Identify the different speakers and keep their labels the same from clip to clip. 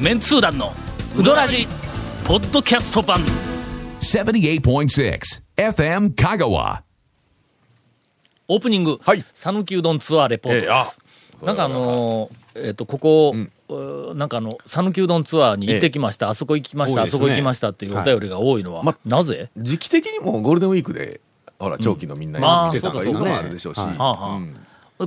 Speaker 1: メンツー団のウドラジポッドキャスト版
Speaker 2: 78.6 FM Kagawa.
Speaker 1: オープニング
Speaker 3: はい
Speaker 1: 讃岐、うどんツアーレポートで
Speaker 3: ええあ
Speaker 1: す、なんかあのーえっ、とここ、うーなんかあの讃岐うどんツアーに行ってきました、あそこ行きました、
Speaker 3: 多
Speaker 1: あ
Speaker 3: いです
Speaker 1: そ
Speaker 3: ね
Speaker 1: こ行きましたっていうお便りが多いのは、
Speaker 3: いま
Speaker 1: なぜ
Speaker 3: 時期的にもゴールデンウィークでほら長期のみんな
Speaker 1: まあ
Speaker 3: 見てたとかいうの
Speaker 1: そう
Speaker 3: も
Speaker 1: か
Speaker 3: あるでしょうし、
Speaker 1: はあはあ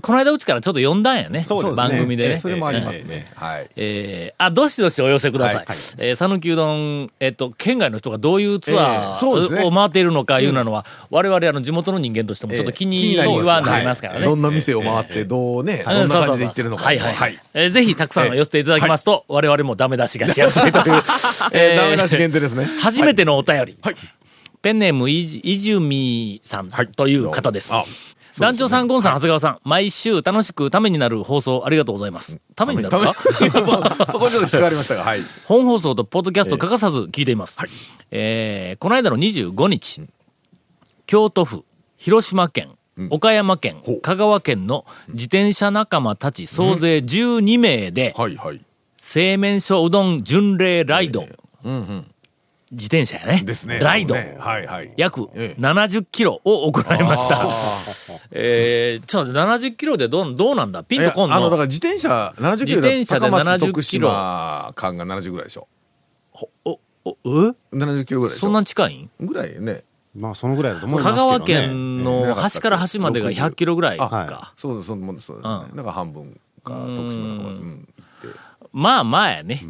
Speaker 1: この間うちからちょっと呼んだんやね
Speaker 4: そうですね
Speaker 1: 番組でね、
Speaker 4: ええそれもありますね。
Speaker 3: はい
Speaker 1: えーあ、どしどしお寄せください。
Speaker 4: はいはい
Speaker 1: えー讃岐うどん、えっ、と、県外の人がどういうツア
Speaker 3: えーそうです
Speaker 1: ー
Speaker 3: ね
Speaker 1: を回っているのかいうなのは、我々あの地元の人間としてもちょっと気に
Speaker 3: ええ気になります
Speaker 1: はなりますからね。
Speaker 3: どんな店を回ってどうね、
Speaker 1: あ
Speaker 3: どんな感じで行ってるのか
Speaker 1: そうそうそうはいはい。えーぜひたくさん寄せていただきますと、我々もダメ出しがしやすいという。
Speaker 3: えーダメ出し限定ですね
Speaker 1: 初めてのお便り。
Speaker 3: はい
Speaker 1: ペンネームいじ、いじゅみさん
Speaker 3: はい
Speaker 1: という方です。
Speaker 3: あ
Speaker 1: 団長さん、ゴンさん、長谷川さん、毎週楽しくためになる放送ありがとうございます。ためになるか
Speaker 3: そこにちょっと引っかかりましたがはい
Speaker 1: 本放送とポッドキャスト欠かさず聞いています。えーこの間の25日、京都府、広島県、岡山県、
Speaker 3: ほう
Speaker 1: 香川県の自転車仲間たち総勢12名で、
Speaker 3: はいはい
Speaker 1: 製麺所うどん巡礼ライド。自転車やね。
Speaker 3: ですね
Speaker 1: ライド。
Speaker 3: ねはいはい
Speaker 1: 約
Speaker 3: ええ
Speaker 1: 70キロを行いました。 えー、ちょっと待って70キロでどうどうなんだピンとこん
Speaker 3: いやあのだか
Speaker 1: の
Speaker 3: ら自転車70キロ
Speaker 1: 自転
Speaker 3: で
Speaker 1: 車で
Speaker 3: 高
Speaker 1: 70
Speaker 3: 松徳島間が70ぐらいでしょ
Speaker 1: おおえ
Speaker 3: 70キロぐらいでしょ
Speaker 1: そんな近いん
Speaker 3: ぐらいね
Speaker 4: まあそのぐらいだと思いま
Speaker 1: 香
Speaker 4: すけど
Speaker 1: 川
Speaker 4: ね。
Speaker 1: 県の端から端までが100キロぐらい
Speaker 3: あ
Speaker 1: か。
Speaker 3: そうですそんなもんですそうですね
Speaker 1: う
Speaker 3: だから半分か徳島高松うん
Speaker 1: まあまあやね。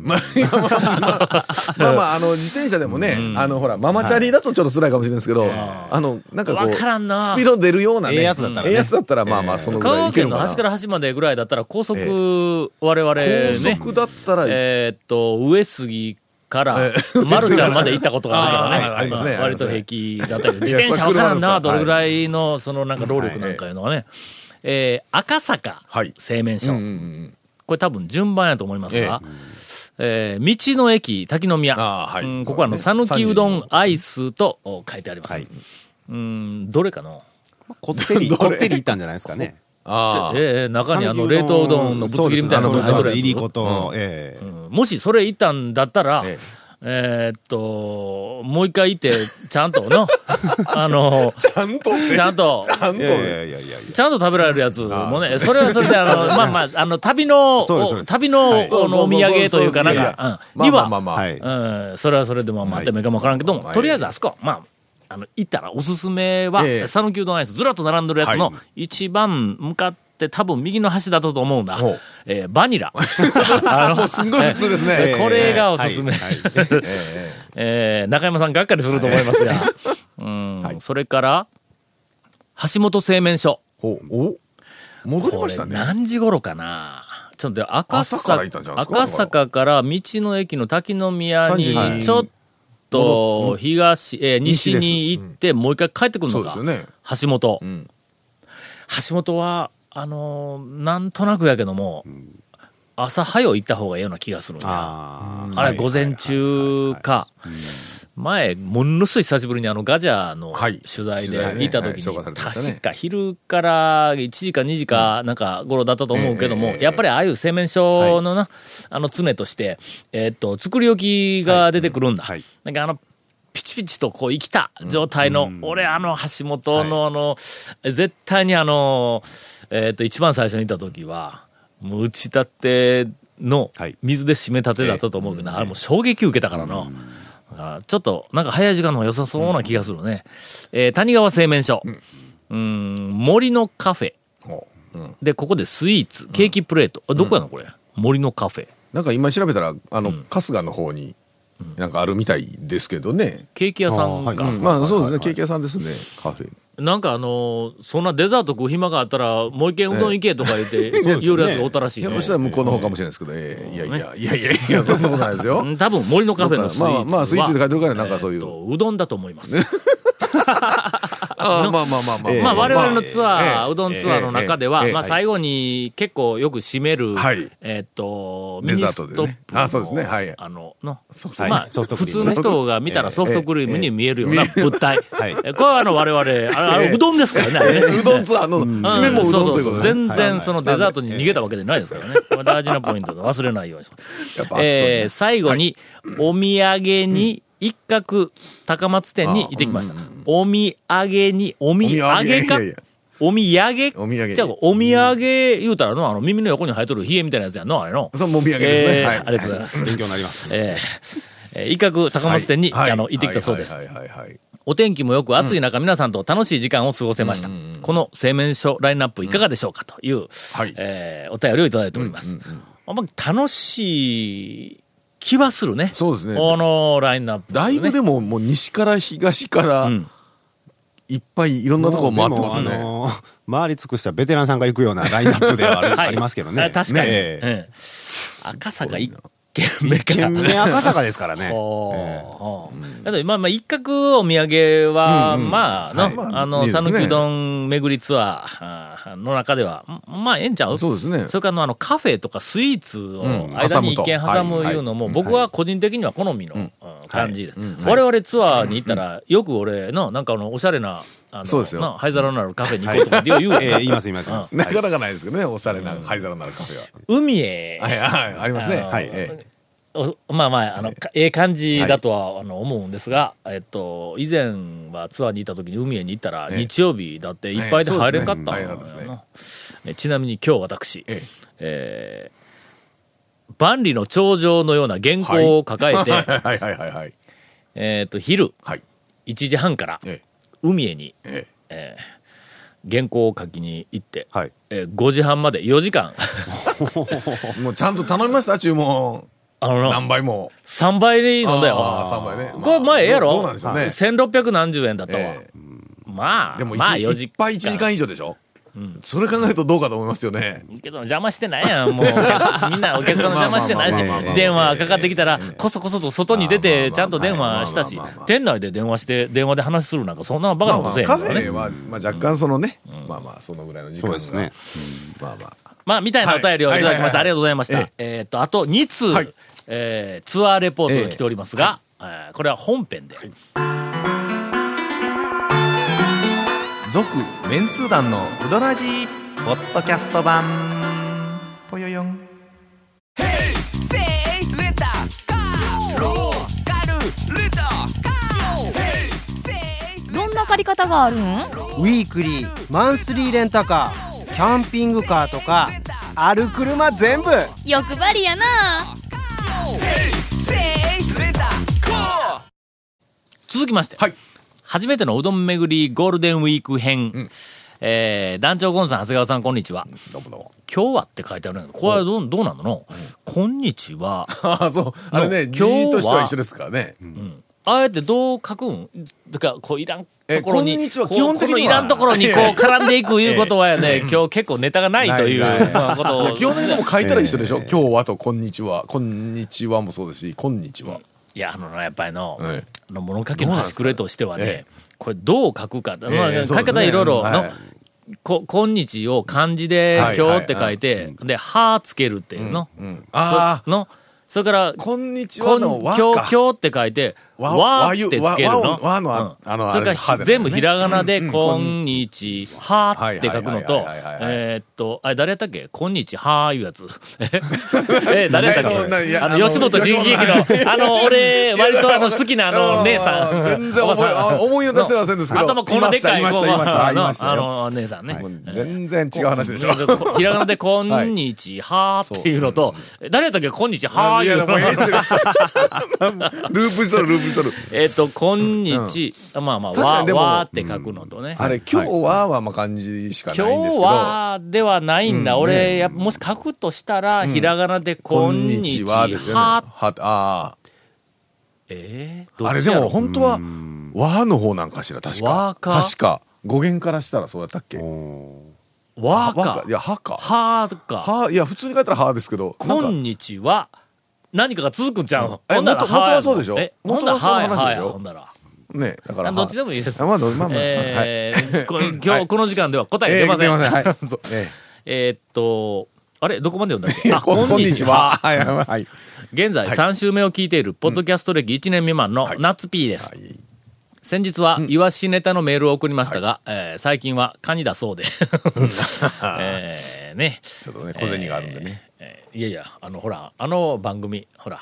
Speaker 3: まあまあ、あの、自転車でもね、あの、ほら、ママチャリだとちょっと辛いかもしれないですけど、あの、なんかこう、
Speaker 1: わ
Speaker 3: スピ
Speaker 1: からんな
Speaker 3: ード出るようなね、
Speaker 4: ええやつだったらね
Speaker 3: ええやつだったらまあまあ、そのぐ
Speaker 1: 香
Speaker 3: らいい
Speaker 1: 川
Speaker 3: け
Speaker 1: 県
Speaker 3: るの
Speaker 1: の
Speaker 3: かな。
Speaker 1: 端から端までぐらいだったら高速、我々ね。
Speaker 3: 高速だったら、
Speaker 1: えーっと、上杉から、マルちゃんまで行ったことがあるからね。
Speaker 3: あーありますね
Speaker 1: まあ割と平気だったけど、自
Speaker 3: いや
Speaker 1: 転車わからん
Speaker 3: それ車ですかは
Speaker 1: な、
Speaker 3: い
Speaker 1: どれぐらいの、そのなんか労力なんかいうのはね。えー赤坂
Speaker 3: はい
Speaker 1: 製麺
Speaker 3: う
Speaker 1: 所
Speaker 3: んう。んうん。
Speaker 1: これ多分順番やと思いますが、えー道の駅滝の宮。
Speaker 3: あーはい
Speaker 1: うんここはあの、讃岐うどんアイスとお書いてあります。うん、どれかの
Speaker 4: こってり、こってり行ったんじゃないですかね。
Speaker 3: ああ。
Speaker 1: えー中にあの、冷凍うどんのぶつ切りみたいなのが入っと
Speaker 4: そうです
Speaker 1: る
Speaker 4: ねいり
Speaker 1: やつ
Speaker 4: こ。と、ええ
Speaker 1: もしそれ行ったんだったら、え
Speaker 3: え
Speaker 1: ーっと、もう一回行って、ちゃんとの、 あの、
Speaker 3: ちゃんとね、
Speaker 1: ちゃんと、
Speaker 3: ちゃんと
Speaker 4: い
Speaker 3: ね。
Speaker 4: やいやいやいやいや。
Speaker 1: ちゃんと食べられるやつもね、それはそれで、あの、まあまあ、あの、旅の、
Speaker 4: そうですそうです
Speaker 1: 旅の、
Speaker 4: は
Speaker 1: あ
Speaker 4: い
Speaker 1: のお土産というかなん
Speaker 3: や
Speaker 1: か、うん
Speaker 3: ま
Speaker 1: に
Speaker 3: あ
Speaker 1: は、
Speaker 3: まあまあまあ。
Speaker 4: はい。
Speaker 1: うん、それはそれでも、まあ、
Speaker 4: はい
Speaker 1: でもいいかもわからんけども、
Speaker 3: はい
Speaker 1: とりあえずあそこ、まあ、あの、行ったらおすすめは
Speaker 3: え、え
Speaker 1: 讃岐うどんアイス、ずらっと並んでるやつの
Speaker 3: は、
Speaker 1: 一番向かって、多分右の端だったと思うんだ
Speaker 3: ほう。
Speaker 1: えーバニラ。あの、
Speaker 3: すんごい普通ですね。
Speaker 1: えこれがおすすめ
Speaker 4: はいはい
Speaker 1: えー中山さんがっかりすると思いますが、うん
Speaker 3: はい
Speaker 1: それから、橋本製麺所。
Speaker 3: ほうお戻り
Speaker 1: こ
Speaker 3: まし
Speaker 1: れ
Speaker 3: たね。
Speaker 1: 何時頃かなちょっと待って赤
Speaker 3: 朝から
Speaker 1: 坂
Speaker 3: 行ったんじゃないですか
Speaker 1: 赤坂から道の駅の滝の宮
Speaker 3: 3時
Speaker 1: に
Speaker 3: に
Speaker 1: ちょっと東、えー西に行って、もう一回帰ってくる
Speaker 3: そ
Speaker 1: の
Speaker 3: うで
Speaker 1: か
Speaker 3: すよね。
Speaker 1: 橋本、
Speaker 3: ん
Speaker 1: 橋本はあのーなんとなくやけども、朝早う行った方がええような気がするんや
Speaker 4: あー
Speaker 1: あれ、午前中か。前、ものすごい久しぶりにあの、ガジャの
Speaker 3: はい
Speaker 1: 取材で
Speaker 3: 取材ね
Speaker 1: 行った時
Speaker 3: はい紹介さ
Speaker 1: に、
Speaker 3: れてましたね
Speaker 1: 確か昼から1時か2時かなんか頃だったと思うけど
Speaker 3: え
Speaker 1: も
Speaker 3: ええ、え
Speaker 1: やっぱりああいう製麺所のな、あの、常として、えーっと、作り置きが出てくるんだ
Speaker 4: はいうん。
Speaker 1: なんかあの、ピチピチとこう生きた状態の、俺あの橋本のあの、絶対にあの、えーっと、一番最初に行った時は、もう打ち立ての
Speaker 4: はい
Speaker 1: 水で締め立てだったと思うけどな、あれもう衝撃受けたからな。だからちょっとなんか早い時間の方が良さそうな気がするね。えー谷川製麺所。うん、森のカフェ。
Speaker 3: ほううん
Speaker 1: で、ここでスイーツ、ケーキプレート。あどこやのこれ。森のカフェ。
Speaker 3: なんか今調べたら、あの、春日の方に、なんかあるみたいですけどね。
Speaker 1: ケーキ屋さん
Speaker 4: あー
Speaker 1: か。
Speaker 4: はい
Speaker 3: うんまあそうです
Speaker 4: は
Speaker 3: ね。
Speaker 4: い
Speaker 3: ケーキ屋さんですね。カフェ。
Speaker 1: なんかあのーそんなデザート食う暇があったら、もう一軒うどん行けとか 言って、言うやつおったらしい
Speaker 3: ひょっ
Speaker 1: ね
Speaker 3: としたら向こうの方かもしれないですけど、ええいやいや、いやいやいや、そんなことないですよ
Speaker 1: う。ん多分森のカフェのスイーツは。
Speaker 3: まあまあスイーツで書いてるからなんかそういう
Speaker 1: えーとうどんだと思います。
Speaker 3: あーまあまあまあまあ。
Speaker 4: ええ
Speaker 1: まあ我々のツアー、
Speaker 3: ええ
Speaker 1: うどんツアーの中では、
Speaker 3: ええええ
Speaker 1: まあ最後に結構よく締める、
Speaker 3: はい
Speaker 1: えっ、と、ミ
Speaker 3: デ
Speaker 1: ニ
Speaker 3: ザ
Speaker 1: ス
Speaker 3: ー
Speaker 1: トッ
Speaker 3: トで
Speaker 1: プ
Speaker 3: ね
Speaker 1: の、
Speaker 3: あそうですねはい
Speaker 1: あの、の、
Speaker 4: はい
Speaker 1: まあ、
Speaker 4: ソフトク
Speaker 1: 普
Speaker 4: リーム
Speaker 1: 通の人が見たらソフトクリームに見えるような物体。
Speaker 4: え
Speaker 1: えこれはあの我々、あれあれ
Speaker 3: ええ
Speaker 1: うどんですからねあれね。
Speaker 3: うどんツアーの締めもうどんということ
Speaker 1: んそそそ
Speaker 3: でね。
Speaker 1: 全然そのデザートに逃げたわけじゃないですからね。これ大事なポイントで忘れないようにします
Speaker 3: やっぱ
Speaker 1: えー最後に、お土産に、一角、高松店に行ってきました。お土産に、お土
Speaker 3: お土産
Speaker 1: 産
Speaker 3: い
Speaker 1: か
Speaker 3: やいや
Speaker 1: お土産
Speaker 3: お土産
Speaker 1: じゃあ、お土産言うたらの、あの、耳の横に生えとるヒゲみたいなやつやんの、あれの。
Speaker 3: そうもみあげですね
Speaker 1: えー
Speaker 3: はい
Speaker 1: ありがとうございます。
Speaker 4: 勉強になります。
Speaker 1: えーえー一角高松店に、
Speaker 3: はい
Speaker 1: あの、行ってきたそうです。
Speaker 3: はいはいはいはいはい
Speaker 1: お天気もよく暑い中、皆さんと楽しい時間を過ごせました。この製麺所ラインナップいかがでしょうかという、
Speaker 3: はい
Speaker 1: えーお便りをいただいております。あんま楽しい気はするね。
Speaker 3: そうですね
Speaker 1: このラインナップ、ね。
Speaker 3: だいぶでも、もう西から東から、いっぱいいろんなとこ回ってますよ
Speaker 4: でもあ
Speaker 3: ね。
Speaker 4: のー回り尽くしたベテランさんが行くようなラインナップではある
Speaker 1: はい
Speaker 4: ありますけどね。
Speaker 1: あ確かに。
Speaker 4: ええ
Speaker 1: うん赤坂一軒目か
Speaker 4: 一
Speaker 1: ら
Speaker 4: 軒。目赤坂ですから ね。
Speaker 1: お
Speaker 4: ええ
Speaker 1: ーだってまあまあ一角お土産は、まあの、
Speaker 3: はいまあ
Speaker 1: あの、
Speaker 3: いいです
Speaker 1: 讃
Speaker 3: ね
Speaker 1: 岐うどん巡りツアーあーの中では、んまあええんちゃう
Speaker 3: そうですね
Speaker 1: それからあのあのカフェとかスイーツを
Speaker 3: ん
Speaker 1: 間に一軒
Speaker 3: 挟むと
Speaker 1: 挟む
Speaker 3: はい
Speaker 1: いうのも、僕は個人的には好みの、うん感じです、我々ツアーに行ったら、よく俺の、なんかあの、おしゃれな、あ
Speaker 3: そうです
Speaker 1: の、
Speaker 3: よ
Speaker 1: な灰皿のあるカフェに行こうとかってよう 言うやん
Speaker 4: ええ言います言います言います。
Speaker 3: なかなかないですけどね、おしゃれな灰皿なるカフェは。
Speaker 1: 海へ
Speaker 3: はいはい、ありますね。
Speaker 1: あの
Speaker 3: はい。ええ
Speaker 1: おまあまあ、あの、かええ感じだとは、あの、思うんですが、えっと、以前はツアーに行った時に海へに行ったら、
Speaker 3: ええ
Speaker 1: 日曜日だっていっぱいで入れんかったの
Speaker 3: ええ
Speaker 1: よ
Speaker 3: そうですねうん
Speaker 1: なえちなみに今日私、
Speaker 3: え
Speaker 1: えー万里の長城のような原稿を抱えて、
Speaker 3: はいはいはいはいはい。
Speaker 1: えっと、昼
Speaker 3: はい。
Speaker 1: 1時半から
Speaker 3: え
Speaker 1: 海へに
Speaker 3: ええ
Speaker 1: 原稿を書きに行って、
Speaker 4: はい。
Speaker 1: えー5時半まで4時間、
Speaker 3: えもうちゃんと頼みました、注文。
Speaker 1: あのな、
Speaker 3: 何倍も。
Speaker 1: 3倍でいいのだよ。
Speaker 3: ああ、3倍ね。まあ
Speaker 1: これ前ええやろ
Speaker 3: どうどうなんでしょうね。
Speaker 1: 1600何十円だったわ。
Speaker 3: ええ
Speaker 1: まあ、
Speaker 3: でも
Speaker 1: まあ
Speaker 3: 一
Speaker 1: 4
Speaker 3: い
Speaker 1: 時
Speaker 3: っぱい1時間以上でしょ。それ考えるとどうかと思いますよね。
Speaker 1: けど邪魔してないやん、もう。 みんなお客さんの邪魔してない
Speaker 3: まあまあまあまあま
Speaker 1: し、
Speaker 3: あ
Speaker 1: 電話かかってきたら、こそこそと外に出
Speaker 3: まあまあ
Speaker 1: て、
Speaker 3: まあ
Speaker 1: ちゃんと電話したし
Speaker 3: まあまあまあま、あ
Speaker 1: 店内で電話して、電話で話するなんか、そんなバカなことせえへんか
Speaker 3: カフ
Speaker 1: らね
Speaker 3: ェ。は、まあ、若干そのね、まあまあそのぐらいの時間が
Speaker 4: そうで
Speaker 3: うんまあまあ
Speaker 1: まあ、みたいなお便りをいただきました。
Speaker 3: はいはいはいはい
Speaker 1: ありがとうございまし
Speaker 3: え
Speaker 1: た
Speaker 3: え。
Speaker 1: えーっと、あと2
Speaker 3: はい
Speaker 1: 通、えーツアーレポートが来ておりますが、えーこれは本編で。
Speaker 3: 続メンツー団のうどらじ
Speaker 5: ポッドキャスト版ぽよよん
Speaker 6: どんな借り方があるん
Speaker 7: ウィークリーマンスリーレンタカーキャンピングカーとかある車全部
Speaker 6: 欲張りやな
Speaker 1: 続きまして、
Speaker 3: はい
Speaker 1: 初めてのうどん巡りゴールデンウィーク編、えー団長ゴンさん長谷川さんこんにちは
Speaker 3: どうもどうも
Speaker 1: 今日はって書いてあるんだけどこれはどうどうなのの、こんにちは
Speaker 3: ああそうあれね
Speaker 1: の
Speaker 3: 字としては一緒ですからね
Speaker 1: あえてどう書くんだからこういらんところに
Speaker 3: えこんにちは
Speaker 1: こう
Speaker 3: 基本的には
Speaker 1: このいらんところにこう絡んでいくいうことはやね、今日結構ネタがないという
Speaker 4: ないない
Speaker 1: まあことを
Speaker 3: 基本的にも書いたら一緒でしょ「今日は」と「こんにちは」「こんにちは」もそうですし「こんにちは
Speaker 1: いや、あのな、やっぱりの、
Speaker 3: ええ
Speaker 1: あの物書きの端くれとしてはね、
Speaker 3: どうなんです
Speaker 1: これどう書くか、
Speaker 3: え
Speaker 1: まあ
Speaker 3: ええ
Speaker 1: 書き
Speaker 3: そうです
Speaker 1: 方
Speaker 3: ね
Speaker 1: いろいろの、
Speaker 3: はい
Speaker 1: こ、今日を漢字で
Speaker 3: はい
Speaker 1: 今日って書いて、で、はつけるっていうの。」
Speaker 3: ああ
Speaker 1: の、それから、
Speaker 3: 「こんにち
Speaker 1: こ
Speaker 3: は」
Speaker 1: ん
Speaker 3: の「
Speaker 1: 今
Speaker 3: わ」
Speaker 1: 日、
Speaker 3: か
Speaker 1: 今日って書いて、
Speaker 3: わ
Speaker 1: わ
Speaker 3: わ
Speaker 1: ー
Speaker 3: ゆ
Speaker 1: ってつけるの。
Speaker 3: わわのあ
Speaker 1: うん
Speaker 3: あのあ
Speaker 1: そ
Speaker 3: れ
Speaker 1: れ
Speaker 3: は
Speaker 1: から
Speaker 3: だよね
Speaker 1: 全部ひらがなで、
Speaker 3: うんうん
Speaker 1: こんにちは
Speaker 3: はい
Speaker 1: って書くの
Speaker 3: はい
Speaker 1: と
Speaker 3: はいはいはい、はい
Speaker 1: えーっと、あれ誰やったっけこんにちはーいうや つ。ええ、誰やったっ
Speaker 3: そんない
Speaker 1: け
Speaker 3: や
Speaker 1: あの、
Speaker 3: あの
Speaker 1: 吉本新喜劇
Speaker 3: 吉
Speaker 1: の、あの、俺、割とあの、好きなあの、姉さん。
Speaker 3: 全然 思いあ思い出せませんですけど
Speaker 1: 頭このでっかい、
Speaker 3: いました
Speaker 1: こう
Speaker 3: いまし た
Speaker 1: あ
Speaker 3: いま
Speaker 1: の
Speaker 3: し、たよ
Speaker 1: あの、姉さんね。
Speaker 3: もう全然違う話でしょ
Speaker 1: こひらがなで、こんにちはーっていうのと、誰やったっけこんにちはー
Speaker 3: い
Speaker 1: いうの
Speaker 3: やでもええっちゅ うループしとるループしとる
Speaker 1: えっと、こんにち、まあまあ、
Speaker 3: 確か
Speaker 1: わ
Speaker 3: にでも
Speaker 1: わーって書くのとね。
Speaker 3: あれ「今日は」はまあ漢字しか
Speaker 1: 今
Speaker 3: ないんです
Speaker 1: 日
Speaker 3: けど
Speaker 1: はではないんだ。俺、やっぱもし書くとしたら、ひらがなで、こ
Speaker 3: こ
Speaker 1: ん
Speaker 3: ん
Speaker 1: に
Speaker 3: に
Speaker 1: ち
Speaker 3: ち
Speaker 1: は
Speaker 3: はですよね。はあ
Speaker 1: えー
Speaker 3: あ。
Speaker 1: ど
Speaker 3: あ
Speaker 1: っ
Speaker 3: れ
Speaker 1: ち
Speaker 3: で
Speaker 1: や
Speaker 3: も
Speaker 1: ろ
Speaker 3: 本当は、和の方なんかしら、確
Speaker 1: 和
Speaker 3: か。
Speaker 1: か
Speaker 3: 確か。語源からしたらそうだったっけ
Speaker 1: わ
Speaker 3: 和
Speaker 1: か
Speaker 3: か。い、や、はか。
Speaker 1: はーか、
Speaker 3: は、いや、普通に書いたらはですけど。なん
Speaker 1: こ
Speaker 3: か
Speaker 1: んにちは、何かが続くんじゃん。
Speaker 3: え
Speaker 1: ほんなら
Speaker 3: 元元はそうでしょ
Speaker 1: えほん
Speaker 3: 元
Speaker 1: なら
Speaker 3: はその
Speaker 1: はーや、
Speaker 3: 話
Speaker 1: はー
Speaker 3: でし
Speaker 1: や、
Speaker 3: ょ
Speaker 1: ほんなら。
Speaker 3: ね、だから。
Speaker 1: どっちでもいいです。
Speaker 3: あまあどうまあまあ
Speaker 1: えー
Speaker 3: はい
Speaker 1: こ今
Speaker 3: は
Speaker 1: 日
Speaker 3: い
Speaker 1: この時間では答え出ません。
Speaker 3: えー出ませんはい
Speaker 1: そう
Speaker 3: え
Speaker 1: えーっと、あれどこまで読んだっけあ、
Speaker 3: ここんにちは。。はいはいはい
Speaker 4: はい。
Speaker 1: 現在3週目を聞いている、ポッドキャスト歴1年未満のナッツピーです。先日は、イワシネタのメールを送りましたが、えー最近はカニだそうで。 えーね。
Speaker 3: ちょっとね、小銭があるんでね。
Speaker 1: えーいやいや、あの、ほら、あの番組、ほら、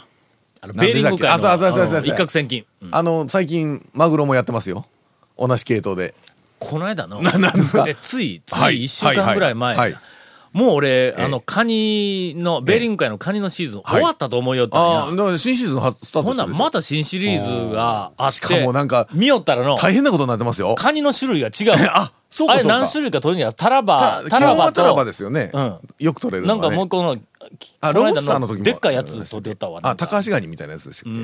Speaker 1: あの
Speaker 3: なん
Speaker 1: ベーリ
Speaker 3: でし
Speaker 1: ン
Speaker 3: た
Speaker 1: グ
Speaker 3: っけ
Speaker 1: 界の
Speaker 3: あそうあそうそうそうそう
Speaker 1: あの一攫千金。うん
Speaker 3: あの、最近、マグロもやってますよ。同じ系統で。
Speaker 1: この間の、
Speaker 3: なんですか
Speaker 1: えつい、つ
Speaker 3: はい
Speaker 1: い1週間ぐらい前。
Speaker 3: はいはい
Speaker 1: もう俺、あの、カニの、ベーリング界のカニのシーズン、終わったと思いよったんや。
Speaker 3: ああ、だから新シーズンはスタート
Speaker 1: ほん
Speaker 3: す
Speaker 1: なら
Speaker 3: るでしょ
Speaker 1: また新シリーズがあって、
Speaker 3: しかもなんか
Speaker 1: 見よったらの、
Speaker 3: 大変なことになってますよ。
Speaker 1: カニの種類が違う。
Speaker 3: あ、そうか
Speaker 1: れ
Speaker 3: そうか。
Speaker 1: 何種類か取るには、タラバ
Speaker 3: た、
Speaker 1: タ
Speaker 3: 基
Speaker 1: ラ
Speaker 3: 本
Speaker 1: バ
Speaker 3: は
Speaker 1: と、
Speaker 3: タラバですよね。
Speaker 1: うん
Speaker 3: よく取れる
Speaker 1: なん
Speaker 3: の
Speaker 1: か
Speaker 3: が、ね。
Speaker 1: もう一個の、
Speaker 3: あ、
Speaker 1: こ
Speaker 3: ロ
Speaker 1: 間
Speaker 3: ブスターの時も。
Speaker 1: でっかいやつ取ってたわ。な
Speaker 3: あ、
Speaker 1: んか
Speaker 3: 高橋ガニみたいなやつでしたっけ。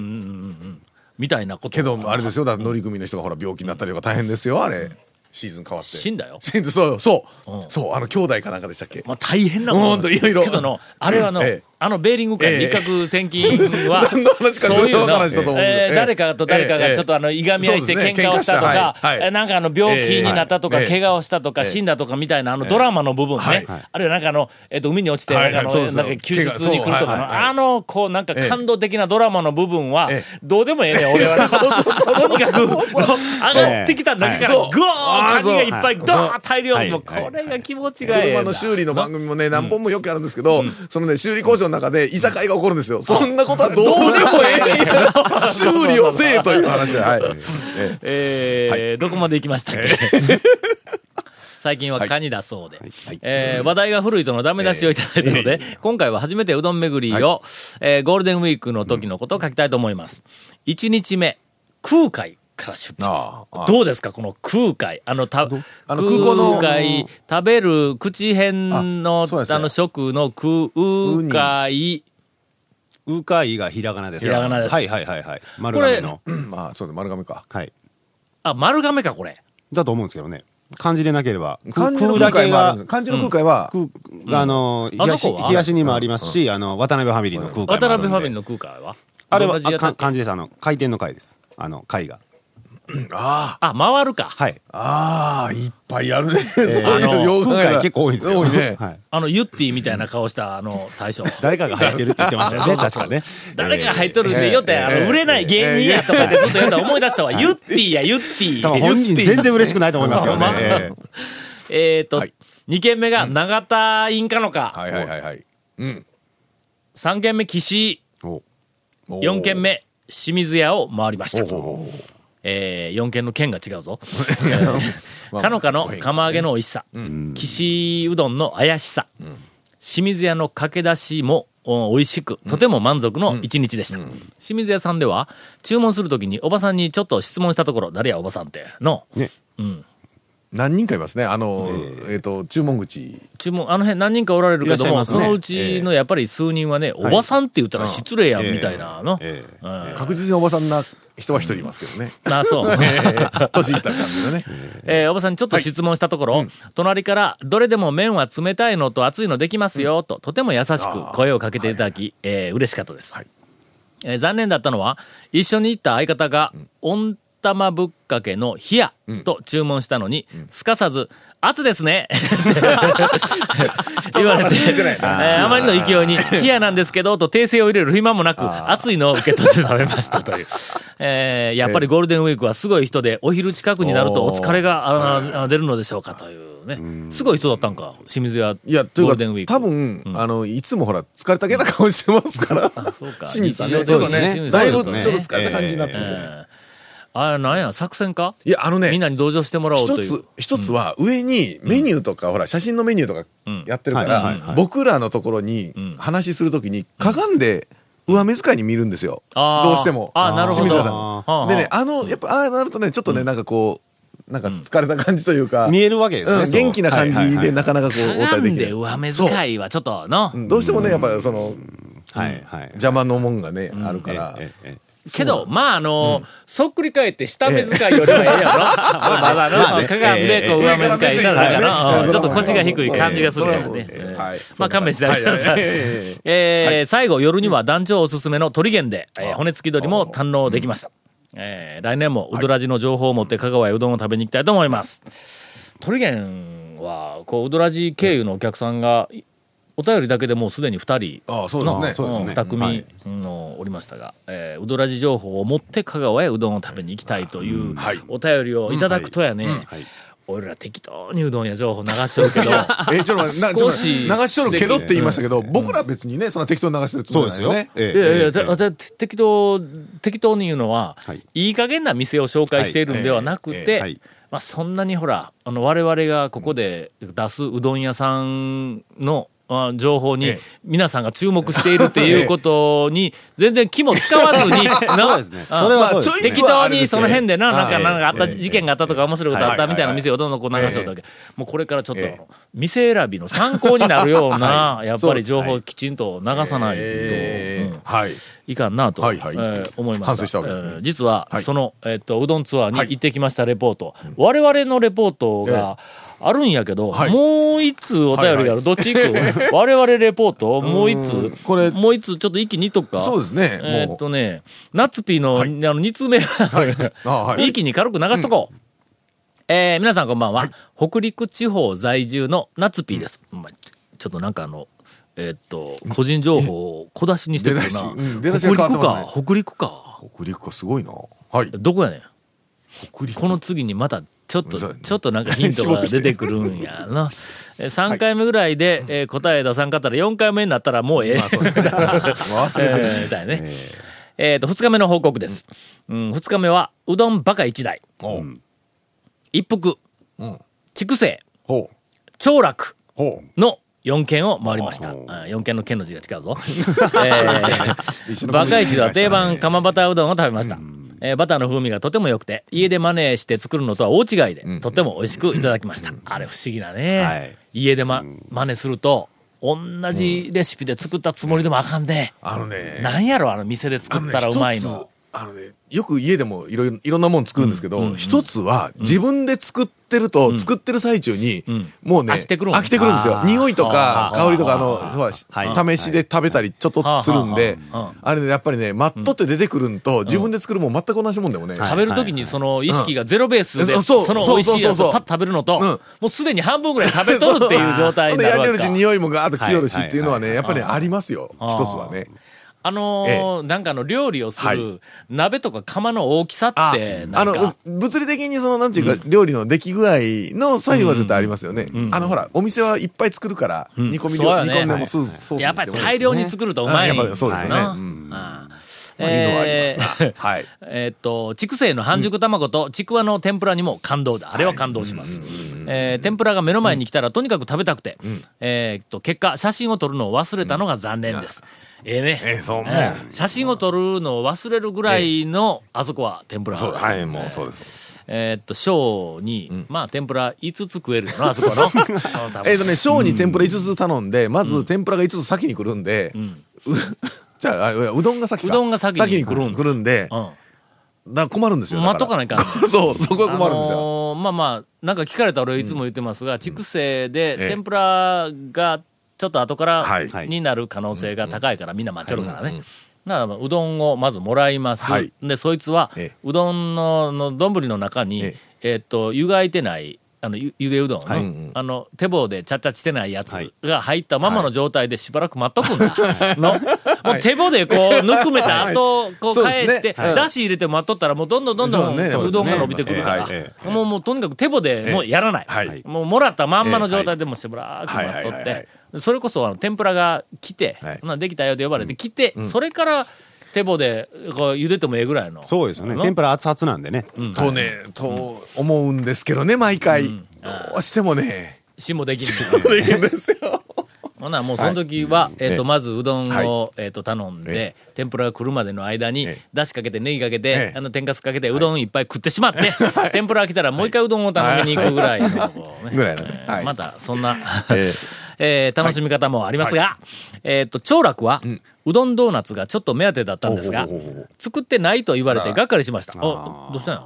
Speaker 1: みたいなこと。
Speaker 3: けど、あれですよ。だから乗組の人がほら病気になったりとか大変ですよ。あれ、シーズン変わって。
Speaker 1: 死んだよ
Speaker 3: 死んで、そうそう。そう、あの兄弟かなんかでしたっけ。
Speaker 1: まあ、大変なこと
Speaker 3: ほんといろいろ
Speaker 1: けどの、あれはの、
Speaker 3: ええ
Speaker 1: あのベーリング界の
Speaker 3: ええ
Speaker 1: 一攫千金は、
Speaker 3: 何の話か
Speaker 1: そういうの
Speaker 3: 何の話だと思うんです
Speaker 1: え
Speaker 3: え
Speaker 1: ー
Speaker 3: え
Speaker 1: 誰かと誰か
Speaker 3: え
Speaker 1: が
Speaker 3: え
Speaker 1: ちょっとあの、いがみ合いして
Speaker 3: そうです
Speaker 1: 喧
Speaker 3: ね
Speaker 1: 嘩をしたとか
Speaker 3: 喧嘩し、たはいはい
Speaker 1: えなんかあの、病気になったとか、
Speaker 3: ええ
Speaker 1: 怪我をしたとか、
Speaker 3: ええ
Speaker 1: 死んだとかみたいな、あの、ドラマの部分ね、
Speaker 3: はい
Speaker 1: あるいはなんかあの、えっ、と、海に落ちて、な
Speaker 3: は
Speaker 1: ん
Speaker 3: い
Speaker 1: かあの、
Speaker 3: はいそうです
Speaker 1: なんか救出に来るとかの、
Speaker 3: 怪我そうはいはいはい
Speaker 1: あの、こう、なんか感動的なドラマの部分は、
Speaker 3: え
Speaker 1: どうでもええねん俺はな。とにかく、上がってきた中から、
Speaker 3: そう
Speaker 1: ぐわー、カニがいっぱい、
Speaker 3: そ
Speaker 1: ド
Speaker 3: う
Speaker 1: ー、大量に、
Speaker 4: はい
Speaker 1: もうこれが気持ちがええな。
Speaker 3: 車の修理の番組もね、何本もよくあるんですけど、そのね、修理工場の中でいさかいが起こるんですよ。そんなことはどうでもええんや。修理をせえという話で。はい。ええ
Speaker 1: えーどこまで行きましたっけ、 最近はカニだそうで、えー話題が古いとのダメ出しをいただいたので、今回は初めてうどん巡りを、えーゴールデンウィークの時のことを書きたいと思います。1日目、空海から出
Speaker 3: あ
Speaker 1: 発。どうですかこの空海。あの、た
Speaker 3: あの空港の
Speaker 1: 空海、食べる口辺の
Speaker 3: あそうです
Speaker 1: あ
Speaker 3: ね
Speaker 1: の食の空海。
Speaker 4: うかいがひらがなですか
Speaker 1: ひらがなです
Speaker 4: はいはいはいはい。丸亀の。
Speaker 3: まあ、そうね、丸亀か。
Speaker 4: はい。
Speaker 1: あ、丸亀か、これ。
Speaker 4: だと思うんですけどね。漢字でなければ。
Speaker 3: 漢字の空
Speaker 4: 空だ
Speaker 3: 海
Speaker 4: け
Speaker 3: もあ
Speaker 4: が
Speaker 3: るんです。漢字の空海は、
Speaker 4: 空あの、
Speaker 1: あそ
Speaker 4: 東
Speaker 1: こは
Speaker 4: 東にもありますし、あの、渡辺ファミリーの空海もあるんで
Speaker 1: 渡辺ファミリーの空海は
Speaker 4: あれ
Speaker 1: ど
Speaker 4: は
Speaker 1: んな字
Speaker 4: あ
Speaker 1: やったっ
Speaker 4: か
Speaker 1: け
Speaker 4: 漢字です。あの、回転の回です。あの、回が。
Speaker 3: あ
Speaker 1: あ、回るか。
Speaker 4: はい。
Speaker 3: あ、ああ、いっぱいあるね。そういう
Speaker 1: あの
Speaker 3: よう考えた
Speaker 4: 空
Speaker 3: ら
Speaker 4: 海結構多いんですよ。
Speaker 3: 多いね。
Speaker 4: はい。
Speaker 1: あの、ユッティみたいな顔した、あの、大将。
Speaker 4: 誰かが入ってるって言ってましたよね。確かね。
Speaker 1: 誰かが入っとるんでよって、あの、売れない芸人やとかってずっと言うんだ思い出したわ。ユッティや、ユッテ
Speaker 4: 多分
Speaker 1: ィ。
Speaker 4: 本人全然嬉しくないと思いますよね
Speaker 1: ほんま。
Speaker 4: ええ
Speaker 1: えっと
Speaker 3: はい、
Speaker 1: 2軒目が永田インカのか、
Speaker 3: はいはいはいはい。うん。
Speaker 1: 3軒目岸井、
Speaker 4: お
Speaker 1: 4軒
Speaker 3: 目。
Speaker 1: 目清水屋を回りました。
Speaker 3: おー
Speaker 1: えー、4軒の県が違う ぞ。かのかの釜揚げの美味しさ、岸うどんの怪しさ、清水屋の駆け出しもお美味しく、とても満足の一日でした。清水屋さんでは、注文するときにおばさんにちょっと質問したところ、誰やおばさんって、の、
Speaker 4: ね
Speaker 3: 何人かいますね。あの、えっと、注文口。
Speaker 1: 注文、あの辺何人かおられるけど
Speaker 4: いらっしゃい
Speaker 1: も、
Speaker 4: ます
Speaker 1: そ
Speaker 4: ね
Speaker 1: のうちのやっぱり数人はね、おばさんって言ったら失礼やんみたいなの。
Speaker 4: ええ
Speaker 3: 確実におばさんな人は一人いますけ どね。
Speaker 1: あ、そう。
Speaker 3: 年いった感じのね。
Speaker 1: えーおばさんにちょっと質問したところ、隣から、どれでも麺は冷たいのと熱いのできますよ、と、とても優しく声をかけていただき、えー嬉しかったです。
Speaker 3: はい
Speaker 1: えー残念だったのは、一緒に行った相方が、温玉ぶっかけの冷やと注文したのに、すかさず、熱ですね 言われて、えーあまりの勢いに、冷やなんですけど、と訂正を入れる暇もなく、熱いのを受け取って食べました という。えーやっぱりゴールデンウィークはすごい人で、お昼近くになるとお疲れがあー出るのでしょうかというね。すごい人だったんか、清水屋、ゴ
Speaker 3: いや、とい
Speaker 1: ールデンウィー
Speaker 3: う
Speaker 1: ク。
Speaker 3: か、多分、あの、いつもほら、疲れたけな顔してま すから。
Speaker 1: そうか
Speaker 3: 清水さん
Speaker 1: 日
Speaker 3: ね。
Speaker 1: 常
Speaker 3: ちょっ
Speaker 1: そ
Speaker 3: と
Speaker 1: うです
Speaker 3: ね
Speaker 1: ね、
Speaker 3: だいぶ
Speaker 1: そ
Speaker 3: ち
Speaker 1: う
Speaker 3: ょ
Speaker 1: です
Speaker 3: っと
Speaker 1: ね
Speaker 3: 疲れた感じになってるんで。
Speaker 1: あれ、なんや、作戦か
Speaker 3: いや、あのね
Speaker 1: みん、なに同情してもらおう
Speaker 3: 一
Speaker 1: という
Speaker 3: つ。、一つは、上にメニューとか、ほら、写真のメニューとかやってるか
Speaker 4: はいはいは
Speaker 3: ら
Speaker 4: い、
Speaker 3: 僕らのところに話するときに、かがんで、上目遣いに見るんですよ。
Speaker 1: あー
Speaker 3: どうしても。
Speaker 1: あーなるほど
Speaker 3: 清水さ
Speaker 1: あー
Speaker 3: ん。でね、あの、やっぱ、ああなるとね、ちょっとね、なんかこう、なんか疲れた感じというか、
Speaker 4: 見えるわけです
Speaker 3: う
Speaker 4: ね。
Speaker 3: ん
Speaker 4: そう
Speaker 3: 元気な感
Speaker 4: はい
Speaker 3: じ
Speaker 4: はい
Speaker 3: で、なかなかこう、応
Speaker 1: な
Speaker 3: 対で
Speaker 1: ん
Speaker 3: きない。
Speaker 1: で上目
Speaker 3: そう
Speaker 1: 遣いはちょっとの
Speaker 3: う。んどうしてもね、やっぱ、その、
Speaker 4: はいはい。
Speaker 3: 邪魔のもんがね、あるから。
Speaker 4: ええええ
Speaker 1: けど、まあ、あの、そっくり返って下目遣いよりはいいやろ。まあ、まあ、まあの、かがんで、こう、上目遣いいただからの、うんちょっと腰が低い感じがするから
Speaker 3: そう
Speaker 1: ね
Speaker 3: です。
Speaker 1: え
Speaker 3: ね
Speaker 1: ー
Speaker 3: はい
Speaker 1: まあ、勘弁してください。
Speaker 3: え
Speaker 1: えー最後、夜には団長おすすめの鳥源で、えー骨付き鳥も堪能できました。えー来年もうどらじの情報を持って香川へうどんを食べに行きたいと思います。トリゲンは、こう、うどらじ経由のお客さんが、お便りだけでもうすでに2人、
Speaker 3: ああそうですね
Speaker 1: の
Speaker 3: そう
Speaker 4: ですね
Speaker 1: ん二組、
Speaker 4: はい
Speaker 1: のおりましたが、えーうどらじ情報を持って香川へうどんを食べに行きたいというお便りをいただくとやね、俺ら適当にうどんや情報流しとるけど、
Speaker 3: え、ちょっと待って、なちょっと待って
Speaker 1: 少し
Speaker 3: 流しとるけどって言いましたけど、僕ら別にね、そんな適当に流してるつもり
Speaker 4: そうで
Speaker 3: じ
Speaker 4: す
Speaker 3: ゃ
Speaker 4: よ。
Speaker 3: ない
Speaker 4: え
Speaker 3: ね。
Speaker 4: え
Speaker 1: いやい
Speaker 4: ええ
Speaker 1: や、だだって適当、適当に言うのは、
Speaker 4: はいい、
Speaker 1: い加減な店を紹介しているんではなく
Speaker 3: はい
Speaker 1: て、
Speaker 4: えはい
Speaker 1: まあ、そんなにほら、あの、我々がここで出すうどん屋さんの、あ情報に
Speaker 3: ええ
Speaker 1: 皆さんが注目しているっていうこと に全然気も使わずに
Speaker 4: そう
Speaker 1: な
Speaker 4: ですね。
Speaker 1: あ
Speaker 4: それはそうで
Speaker 3: まあ
Speaker 4: す
Speaker 3: ちょい
Speaker 4: ね。
Speaker 1: 適当にその辺でな、なん
Speaker 3: え
Speaker 1: か、
Speaker 3: え
Speaker 1: なんかあった、
Speaker 3: ええ
Speaker 1: 事件があったとか、面白いことあったみたいな店をどんどんこう流しておいたわけ。もうこれからちょっと、店選びの参考になるよう な、やっぱり情報をきちんと流さないと。
Speaker 3: え
Speaker 1: うん
Speaker 3: ーはい。
Speaker 1: いかんなと、
Speaker 3: はいはい
Speaker 1: えー思いました
Speaker 3: 反省したわけですね
Speaker 1: えー実は、
Speaker 3: はい
Speaker 1: その、えっとうどんツアーに
Speaker 3: はい
Speaker 1: 行ってきましたレポート、我々のレポートがあるんやけど、
Speaker 3: はい
Speaker 1: もう一通お便りがある、
Speaker 3: はいは
Speaker 1: どっち行 く我々レポートもう一通
Speaker 3: これ
Speaker 1: もう一通ちょっと一気にいっとくか
Speaker 3: そうですねもう
Speaker 1: えーっとねナッツピーの,、
Speaker 3: はい
Speaker 1: あの2通目、
Speaker 3: あはい
Speaker 1: 一気に軽く流しとこう、えー皆さんこんばんは、北陸地方在住のナッツピーです、まあちょっとなんかあのえーっと個人情報を小出しにしてくるな
Speaker 3: 出だしうん出だし
Speaker 1: 北
Speaker 3: が
Speaker 1: 陸
Speaker 3: 変わってま
Speaker 1: か
Speaker 3: す
Speaker 1: 北陸か
Speaker 3: 北陸かすごいな。はい。
Speaker 1: どこやねん
Speaker 3: 北陸
Speaker 1: この次にまたちょっと
Speaker 3: そうやね
Speaker 1: ちょっとなんかヒント
Speaker 3: 絞っ
Speaker 1: が
Speaker 3: てきて
Speaker 1: 出てくるんやなえー3回目ぐらいで、えー答え出さんかったら4回目になったらもうええ、
Speaker 3: 忘れてる
Speaker 1: えーみたいね。えっ、と、二日目の報告です。うん、二日目は、うどんバカ一台、
Speaker 3: おう
Speaker 1: 一服、
Speaker 3: うん
Speaker 1: 畜生、
Speaker 3: ほう。
Speaker 1: 長楽
Speaker 3: ほう。
Speaker 1: の4軒を回りました。あ
Speaker 4: ほう
Speaker 1: 4軒の軒の字が違う ぞ。えー、バカ一では定番釜バターうどんを食べました。えーバターの風味がとても良くて、家で真似して作るのとは大違いで、とても美味しくいただきました。あれ不思議だね。
Speaker 4: はい
Speaker 1: 家で、ま、真似すると、同じレシピで作ったつもりでもあかんで、
Speaker 3: あのね。
Speaker 1: なんやろあの店で
Speaker 3: あ
Speaker 1: 作
Speaker 3: の
Speaker 1: っ
Speaker 3: ね
Speaker 1: たらうまいの。
Speaker 3: 一つあのね、よく家でもいろいろ、いろんなもん作るんですけど、一、つは自分で作ってると、作ってる最中に、
Speaker 1: ん
Speaker 3: もうね、
Speaker 1: 飽きてくるもんね
Speaker 3: 飽きてくるんですよ。
Speaker 4: あー
Speaker 3: 匂いとか
Speaker 1: あー
Speaker 3: 香りとか、あの、
Speaker 1: あー
Speaker 3: ほら
Speaker 4: はい
Speaker 3: 試しで食べたりちょっとするんで
Speaker 1: はあはあはあは、
Speaker 3: あれね、やっぱりね、マットって出てくるんと、自分で作るもん全く同じもんでもね、
Speaker 1: 食べるときにその意識がゼロベースで、
Speaker 3: うん
Speaker 1: そ
Speaker 3: そう
Speaker 1: の美味しいやつ
Speaker 3: そうそうそうそ
Speaker 1: を
Speaker 3: う
Speaker 1: パッと食べるのと、
Speaker 3: うん
Speaker 1: もうすでに半分ぐらい食べとるっていう状態
Speaker 3: ほん
Speaker 1: に
Speaker 3: で
Speaker 1: なるわ
Speaker 3: やっ
Speaker 1: け
Speaker 3: て
Speaker 1: か
Speaker 3: るうちに匂いもガーッと来よるしっていうのはね、
Speaker 4: はい
Speaker 3: や
Speaker 4: は
Speaker 3: っぱりね、ありますよ。
Speaker 1: あー
Speaker 3: 一つはね。
Speaker 1: あのーなんかあの料理をする、
Speaker 3: はい
Speaker 1: 鍋とか釜の大きさ
Speaker 3: あ
Speaker 1: って、な
Speaker 3: あ
Speaker 1: ん
Speaker 3: の
Speaker 1: か、、
Speaker 3: 物理的にその、なんていうか、料理の出来具合の左右は絶対ありますよね。あの、ほら、お店はいっぱい作るから、煮込み
Speaker 1: そう
Speaker 3: 料、
Speaker 1: だね
Speaker 3: 煮込んでもそう、そう
Speaker 1: やっぱり大量に作るとうまい
Speaker 3: うんやっぱそうですね
Speaker 1: な
Speaker 3: うん
Speaker 1: ああ
Speaker 3: いいのはあ
Speaker 1: え
Speaker 3: ります
Speaker 1: ー
Speaker 3: な。 はい。
Speaker 1: えーっと、畜生の半熟卵とちくわの天ぷらにも感動だ。あれは感動します。えー天ぷらが目の前に来たらとにかく食べたくて、えーっと、結果、写真を撮るのを忘れたのが残念です。ええね。
Speaker 3: ええそう
Speaker 1: ええ写真を撮るのを忘れるぐらいの、あそこは天ぷら
Speaker 3: そう
Speaker 1: だ。
Speaker 3: はい、もうそうです。
Speaker 1: えーっと、小に、まあ、天ぷら5つ食えるよな、 あそこの。あの多分
Speaker 3: えっとね、小に天ぷら5つ頼んで、まず天ぷらが5つ先に来るんで、う じゃあ、あうどんが先か
Speaker 1: うどんが先に
Speaker 3: 来る来るんで、だ
Speaker 1: うん。
Speaker 3: から困るんですよ。だ
Speaker 1: 待っとかないかん
Speaker 3: そう、そこが困るんです
Speaker 1: あ
Speaker 3: よ。
Speaker 1: のーまあまあ、なんか聞かれたら俺いつも言ってますが、畜生で
Speaker 3: ええ
Speaker 1: 天ぷらがちょっと後から
Speaker 3: はい
Speaker 1: になる可能性が高いから、みんな待っちょるからね。ならばうどんをまずもらいます。
Speaker 3: はい
Speaker 1: で、そいつは
Speaker 3: ええ、
Speaker 1: うどんのの丼の中に、え
Speaker 3: え
Speaker 1: っと、湯がいてない、あの、ゆゆでうどんの、
Speaker 3: はいうん
Speaker 1: あの、手棒でちゃっちゃしてないやつ
Speaker 4: はい
Speaker 1: が入ったままの状態でしばらく待っとくんだ。 の、もう手棒でこう、ぬくめた後、こう
Speaker 3: そう
Speaker 1: 返
Speaker 3: ですね
Speaker 1: して、
Speaker 3: はい
Speaker 1: だし入れて待っとったら、もうどんどんどんどん
Speaker 3: そうね
Speaker 1: うどんが伸びてくるから
Speaker 3: そうですねはい、
Speaker 1: もうもうとにかく手棒でもうやらない。
Speaker 3: はい
Speaker 1: もうもらったまんまの状態でもうしばらく待っと
Speaker 3: は
Speaker 1: っ
Speaker 3: いはいはいは
Speaker 1: て、それこそあの天ぷらが来て
Speaker 3: はい、
Speaker 1: ほなできたよと呼ばれて来て、それから手棒でこう茹でてもええぐらいの。
Speaker 4: そうですよね。天ぷら熱々なんでね。
Speaker 3: とね、と思うんですけどね、毎回。どうしてもね、
Speaker 1: しもできんの
Speaker 3: できるんですよ。
Speaker 1: ほな、もうその時は、えっ、
Speaker 3: え
Speaker 1: と、
Speaker 3: え
Speaker 1: まずうどんを、
Speaker 3: はい
Speaker 1: えっ、と、頼ん
Speaker 3: え
Speaker 1: で、天ぷらが来るまでの間に
Speaker 3: ええ、
Speaker 1: だしかけて、ネギかけて、
Speaker 3: ええ
Speaker 1: あの、天かすかけて、うどんいっぱい食ってしまって、天ぷらが来たらもう一回うどんを頼みに行くぐらいの、こうね
Speaker 3: ぐらいのね
Speaker 1: えー
Speaker 3: はい
Speaker 1: また、そんな、え
Speaker 3: ええ
Speaker 1: ー楽しみ方もありますが、えっ、と、長楽は、うどんドーナツがちょっと目当てだったんですが
Speaker 3: おうおうおうおう、
Speaker 1: 作ってないと言われてがっかりしました。あ、どうしたんや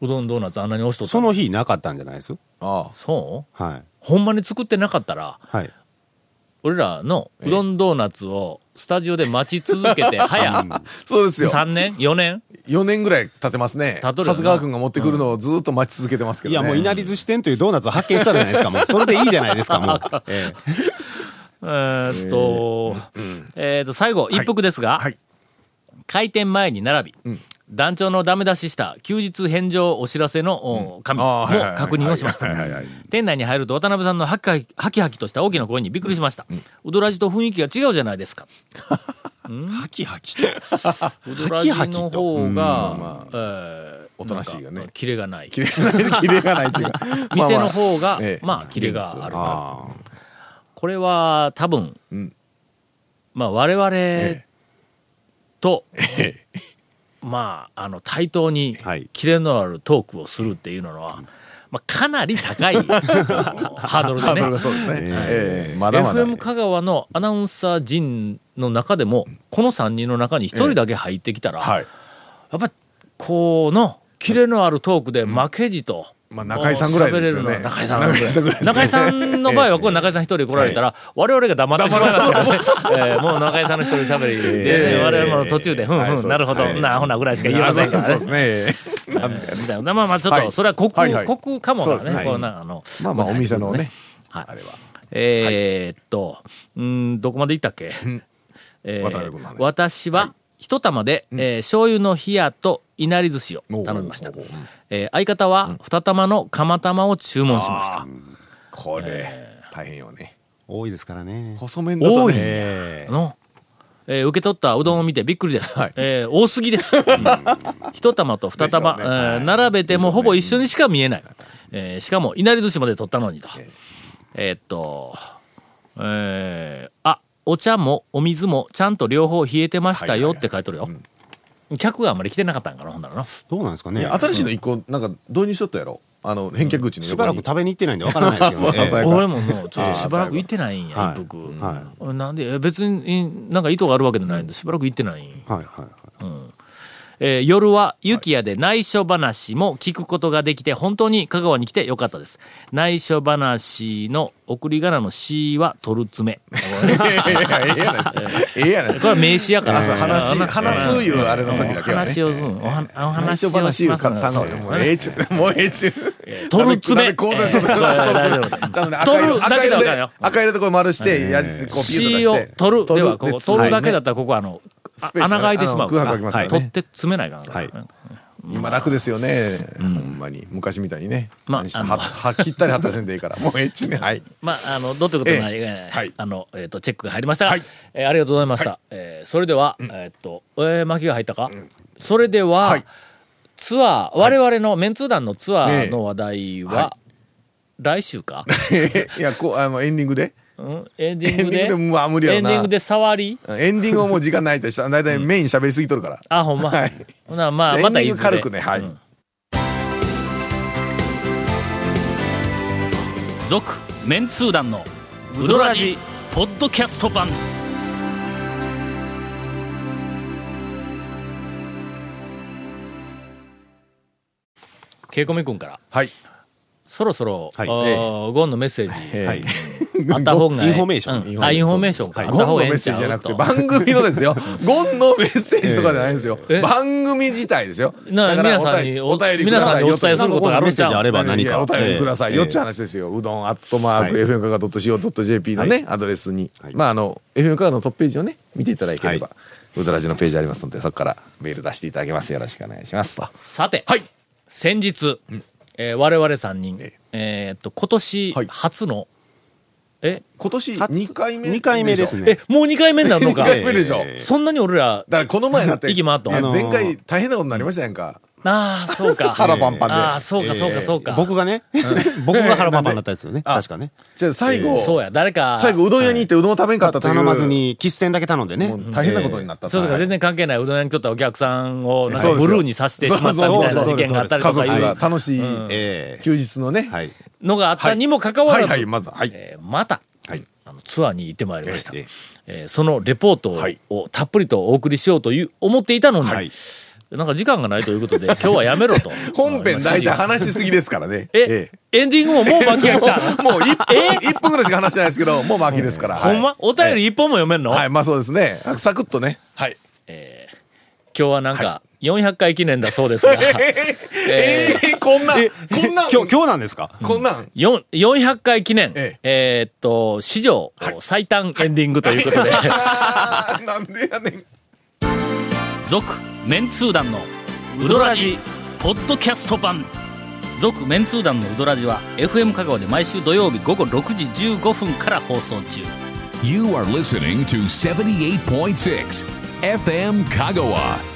Speaker 1: うどんドーナツあんなに押しとった
Speaker 4: そ
Speaker 1: の
Speaker 4: の日なかったんじゃないです
Speaker 3: あ
Speaker 1: そう
Speaker 4: はい。
Speaker 1: ほんまに作ってなかったら、
Speaker 4: はい。
Speaker 1: 俺らのうどんドーナツをスタジオで待ち続けて、早、
Speaker 3: そうですよ。
Speaker 1: 3年 ?4 年
Speaker 3: 4年ぐらい経てますね。
Speaker 1: 経
Speaker 3: 長
Speaker 1: てるよな
Speaker 3: 谷川くんが持ってくるのをずっと待ち続けてますけ
Speaker 4: い
Speaker 3: ど
Speaker 4: や
Speaker 3: ね。
Speaker 4: もういなり寿司店というドーナツを発見したじゃないですかもうそれでいいじゃないですかもう、 ええ
Speaker 1: えーっと、えーっと、最後、一服ですが、
Speaker 3: はい
Speaker 1: 開店前に並び、団長のダメ出しした休日返上お知らせの、お紙も
Speaker 3: あーはいはいはい
Speaker 1: 確認をしました
Speaker 3: はいはいはい。
Speaker 1: 店内に入ると渡辺さんのハキハキハキハキとした大きな声にびっくりしました。うどらじと雰囲気が違うじゃないですか。
Speaker 4: ハキハキと
Speaker 1: うどらじの方が、えー
Speaker 3: おとなしいがね
Speaker 1: なんかキレがない。
Speaker 3: キレがない、キレがないっていうか。まあ
Speaker 1: 店
Speaker 3: まあ
Speaker 1: の方が、
Speaker 3: ええ
Speaker 1: まあ、キレがあるから。
Speaker 4: あ
Speaker 1: これは多分、
Speaker 3: ん
Speaker 1: まあ、我々
Speaker 3: え
Speaker 1: と、まあ、あの、対等に
Speaker 4: はい、
Speaker 1: キレのあるトークをするっていうのは、まあ、かなり高い あのハードル
Speaker 3: ハー
Speaker 1: で
Speaker 3: ドル
Speaker 1: ね
Speaker 3: が。そうですね。ええまだまだ。
Speaker 1: FM 香川のアナウンサー陣の中でも、この3人の中に1人だけ入ってきたら、
Speaker 3: はい。
Speaker 1: やっぱり、この、キレのあるトークで負けじと、
Speaker 3: まあ中井さんぐらいですよね
Speaker 1: 喋れるのは中井さん
Speaker 3: 中井さんぐらいですね
Speaker 1: 中井さんの場合は、これ中井さん一人で来られたら、我々が黙ってしまいますからね。えーもう中井さんの一人喋りで、
Speaker 3: ええ
Speaker 1: 我々も途中で、ふん
Speaker 3: はいそうで
Speaker 1: ふ
Speaker 3: す
Speaker 1: ん、なるほど、
Speaker 3: はい
Speaker 1: なあほなぐらいしか言えませんから
Speaker 3: そう
Speaker 1: ね
Speaker 3: です。 ね。
Speaker 1: えーみたいなまあまあ、ちょっ
Speaker 3: は
Speaker 1: と、
Speaker 3: い
Speaker 1: それは国、
Speaker 3: はいはい
Speaker 1: 国かもだ
Speaker 3: そうです
Speaker 1: ね。
Speaker 3: ね
Speaker 1: こうなあの
Speaker 3: まあまあお店のね。
Speaker 1: はい
Speaker 3: あれは。
Speaker 1: えーっと、うーん、どこまで行ったっけ、えー
Speaker 3: 渡辺君の話
Speaker 1: 私は、一玉で、えー醤油の冷やといなり寿司を頼みました
Speaker 3: おーおーおー。
Speaker 1: えー相方は、二玉の釜玉を注文しました。
Speaker 3: これ、大変よね。
Speaker 4: ー多いですからね
Speaker 3: 細麺だと
Speaker 1: 多い
Speaker 3: ね。
Speaker 4: ええ
Speaker 1: の、えー受け取ったうどんを見てびっくりです。
Speaker 3: はい
Speaker 1: えー多すぎです。一玉と二玉、
Speaker 3: で
Speaker 1: え
Speaker 3: しょうね
Speaker 1: ー並べてもほぼ一緒にしか見えない。えーしかも、いなり寿司まで取ったのにと。えーっと、えーあ、お茶もお水もちゃんと両方冷えてましたよって書いとるよ。客があんまり来てなかったんかな、ほんならな。
Speaker 4: どうなんですか
Speaker 3: い
Speaker 4: ね
Speaker 3: や新しいの一個、なんか導入しとったやろ。あの、返却口の横に。
Speaker 4: しばらく食べに行ってないんでわからないですけ ど、ね
Speaker 3: そうそうそう
Speaker 1: 俺ももうちょっとしばらく行ってないんや、
Speaker 4: はい
Speaker 1: 一服。
Speaker 4: は
Speaker 1: なんで、え別になんか意図があるわけじゃないんで、しばらく行ってないんや
Speaker 4: はいはい
Speaker 1: えー夜は雪屋で内緒話も聞くことができて、本当に香川に来てよかったです。内緒話の送り仮名の C は取る爪。
Speaker 3: いやいやええやないですか。ええやないで
Speaker 1: これ
Speaker 3: すか。
Speaker 1: は名詞やから。
Speaker 3: あそう話、話すいうあれの時だけはね。
Speaker 1: 話を、うん、おはお話
Speaker 3: 内緒
Speaker 1: を
Speaker 3: 話
Speaker 1: し
Speaker 3: 言
Speaker 1: ま
Speaker 3: う
Speaker 1: す
Speaker 3: か
Speaker 1: の
Speaker 3: った
Speaker 1: で。
Speaker 3: の
Speaker 1: そ
Speaker 3: よ
Speaker 1: う
Speaker 3: もうええちゅう。もうええちゅう。
Speaker 1: 取る
Speaker 3: ダメ
Speaker 1: 爪。
Speaker 3: 構成する
Speaker 1: えー大丈夫だ
Speaker 3: ちゃんとね
Speaker 1: 取
Speaker 3: 赤
Speaker 1: る
Speaker 3: 色
Speaker 1: だ
Speaker 3: 赤
Speaker 1: けだわ
Speaker 3: 色で
Speaker 1: かるよ。
Speaker 3: 赤色でこれ丸して、やこうピューとかして。
Speaker 1: C を取る。では、ここ、
Speaker 3: で
Speaker 1: 取るだけだったら、ここ、あの、あ
Speaker 3: スペース
Speaker 1: 穴
Speaker 3: がね
Speaker 1: が開いてしまうか
Speaker 3: あの空白
Speaker 1: ら、
Speaker 3: 空きますからね
Speaker 1: 取って詰めないから。
Speaker 4: はい
Speaker 3: 今楽ですよね、ほんまに昔みたいにね、
Speaker 1: まあ
Speaker 3: 何して
Speaker 1: あの
Speaker 3: はは切ったりはったりせんでいいからもうええっちゅうねはい
Speaker 1: まあ、あの、どうということない、
Speaker 3: ええ
Speaker 1: えー
Speaker 3: はい
Speaker 1: あの、えっ、と、チェックが入りましたが、えーありがとうございました。えーそれでは、えーっと、えー、巻きが入ったか、それでは、
Speaker 3: はい
Speaker 1: ツアー、我々のメンツー団のツア
Speaker 3: ね
Speaker 1: ー
Speaker 3: え
Speaker 1: の話題は、
Speaker 3: は
Speaker 1: 来週か、
Speaker 3: いやこうあのエンディングで
Speaker 1: うん、エンディングで、
Speaker 3: エンディングでもうあ無理や
Speaker 1: エ
Speaker 3: ろ
Speaker 1: ン
Speaker 3: な
Speaker 1: ディングで触り
Speaker 3: エンディングはもう時間ないとした大体メイン喋りすぎとるから、
Speaker 1: あ、ほんま。
Speaker 3: はい
Speaker 1: ほな、まあ、
Speaker 3: エ
Speaker 1: ま
Speaker 3: ン
Speaker 1: た
Speaker 3: デ
Speaker 1: い
Speaker 3: ィン
Speaker 1: ず
Speaker 3: グ
Speaker 1: れ
Speaker 3: 軽くねはい、
Speaker 1: うん続メンツー団のウドラジポッドキャスト版ケイコミ君から
Speaker 3: はい
Speaker 1: そろそろ、
Speaker 4: はい
Speaker 1: あー
Speaker 4: え
Speaker 1: ゴンのメッセージ、
Speaker 3: えー
Speaker 4: はい
Speaker 1: あった方が
Speaker 4: インフォメーション
Speaker 1: うんあインフォメーションか、
Speaker 4: はい
Speaker 1: あっ
Speaker 3: ゴン
Speaker 1: た
Speaker 3: の
Speaker 1: 方が
Speaker 3: メ
Speaker 1: ええん
Speaker 3: ッ
Speaker 1: ち
Speaker 3: セー
Speaker 1: ゃ
Speaker 3: ジ
Speaker 1: う
Speaker 3: じゃなくて
Speaker 1: と
Speaker 3: 番組 のですよゴンのメッセージとかじゃないんですよ、
Speaker 1: え
Speaker 3: 番組自体ですよ
Speaker 1: な
Speaker 3: だから
Speaker 1: 皆さんにお
Speaker 3: 便りくださ
Speaker 1: 皆さん
Speaker 3: い
Speaker 1: にお伝えすることがあるんちゃう
Speaker 4: なんかメッセージあれば何
Speaker 3: いや
Speaker 4: か
Speaker 3: お便りくださいよっちゅう
Speaker 4: ゃ
Speaker 3: 話ですよ。うどんアットマーク
Speaker 4: はい
Speaker 3: FM かが .co.jp のね、アドレスに。まあ、あの、FM かがのトップページをね、見ていただければ、うどらじのページありますので、そこからメール出していただけます。よろしくお願いしますと。
Speaker 1: さて、
Speaker 3: はい
Speaker 1: 先日、えー我々3人、
Speaker 3: ええ
Speaker 1: えーっと今年
Speaker 3: はい
Speaker 1: 初の、え
Speaker 3: 今年2回目
Speaker 4: 二回目ですね
Speaker 1: えもう2回目になるのか
Speaker 3: 2回目でしょ。
Speaker 4: え
Speaker 1: そんなに俺ら
Speaker 3: だからこの前だって、
Speaker 1: 息回っとん
Speaker 3: いや
Speaker 1: あ
Speaker 4: のー
Speaker 3: 前回大変なことになりましたやんか。
Speaker 1: ああそうか
Speaker 3: 腹パンパンで
Speaker 1: ああそうかそうかそうか、
Speaker 4: 僕がね、僕が腹パンパンだったんですよね。
Speaker 3: あ
Speaker 4: 確かね。
Speaker 3: じゃあ最後、
Speaker 1: そうや誰か
Speaker 3: 最後うどん屋に行ってうどんを食べんかったという。
Speaker 4: 頼まずに、喫茶店だけ頼んでね
Speaker 3: も。う大変なことになったと。
Speaker 1: そうか全然関係ないうどん屋に来とったお客さんをなんか
Speaker 3: そうです
Speaker 1: ブ
Speaker 3: よ
Speaker 1: ルーにさせてしまったみたいな
Speaker 4: そ
Speaker 1: 事件
Speaker 4: うですそうです
Speaker 1: があったり
Speaker 3: 家
Speaker 1: と
Speaker 3: 族
Speaker 1: かい
Speaker 3: が
Speaker 1: う
Speaker 3: 楽しい
Speaker 4: ええ
Speaker 3: 休日のね。
Speaker 4: はい。
Speaker 1: のがあったにもかかわらず、
Speaker 3: はいはいまずはい
Speaker 1: えーまた、
Speaker 3: はい
Speaker 1: あのツアーに行ってまいりました、
Speaker 4: ええ
Speaker 1: えーそのレポートを
Speaker 3: はい
Speaker 1: をたっぷりとお送りしようという思っていたのに、
Speaker 4: はい
Speaker 1: なんか時間がないという ことで、今日はやめろと。
Speaker 3: 本編大体話しすぎですからね。
Speaker 1: え、エンディングももう巻きが来た。
Speaker 3: もう1分
Speaker 1: え、
Speaker 3: 一分ぐらいしか話してないですけど、もう巻きですから。
Speaker 1: ほんま、
Speaker 3: はい
Speaker 1: お便り一本も読めんの、
Speaker 3: はい、まあそうですね。サクッとね。はい。
Speaker 1: 今日はなんか、400回記念だそう ですが、
Speaker 3: ええー、こんなん、こんなん、
Speaker 4: 今日、今日なんですか
Speaker 3: こんなん。
Speaker 1: よん400回記念、
Speaker 3: え
Speaker 1: えーっと、史上最短エンディングということで、
Speaker 3: あーなんでやねん。
Speaker 1: 続、メンツー団のウドラジ、ポッドキャスト版。続、メンツー団のウドラジは、FM 香川で毎週土曜日午後6時15分から放送中。
Speaker 2: You are listening to 78.6 FM Kagawa.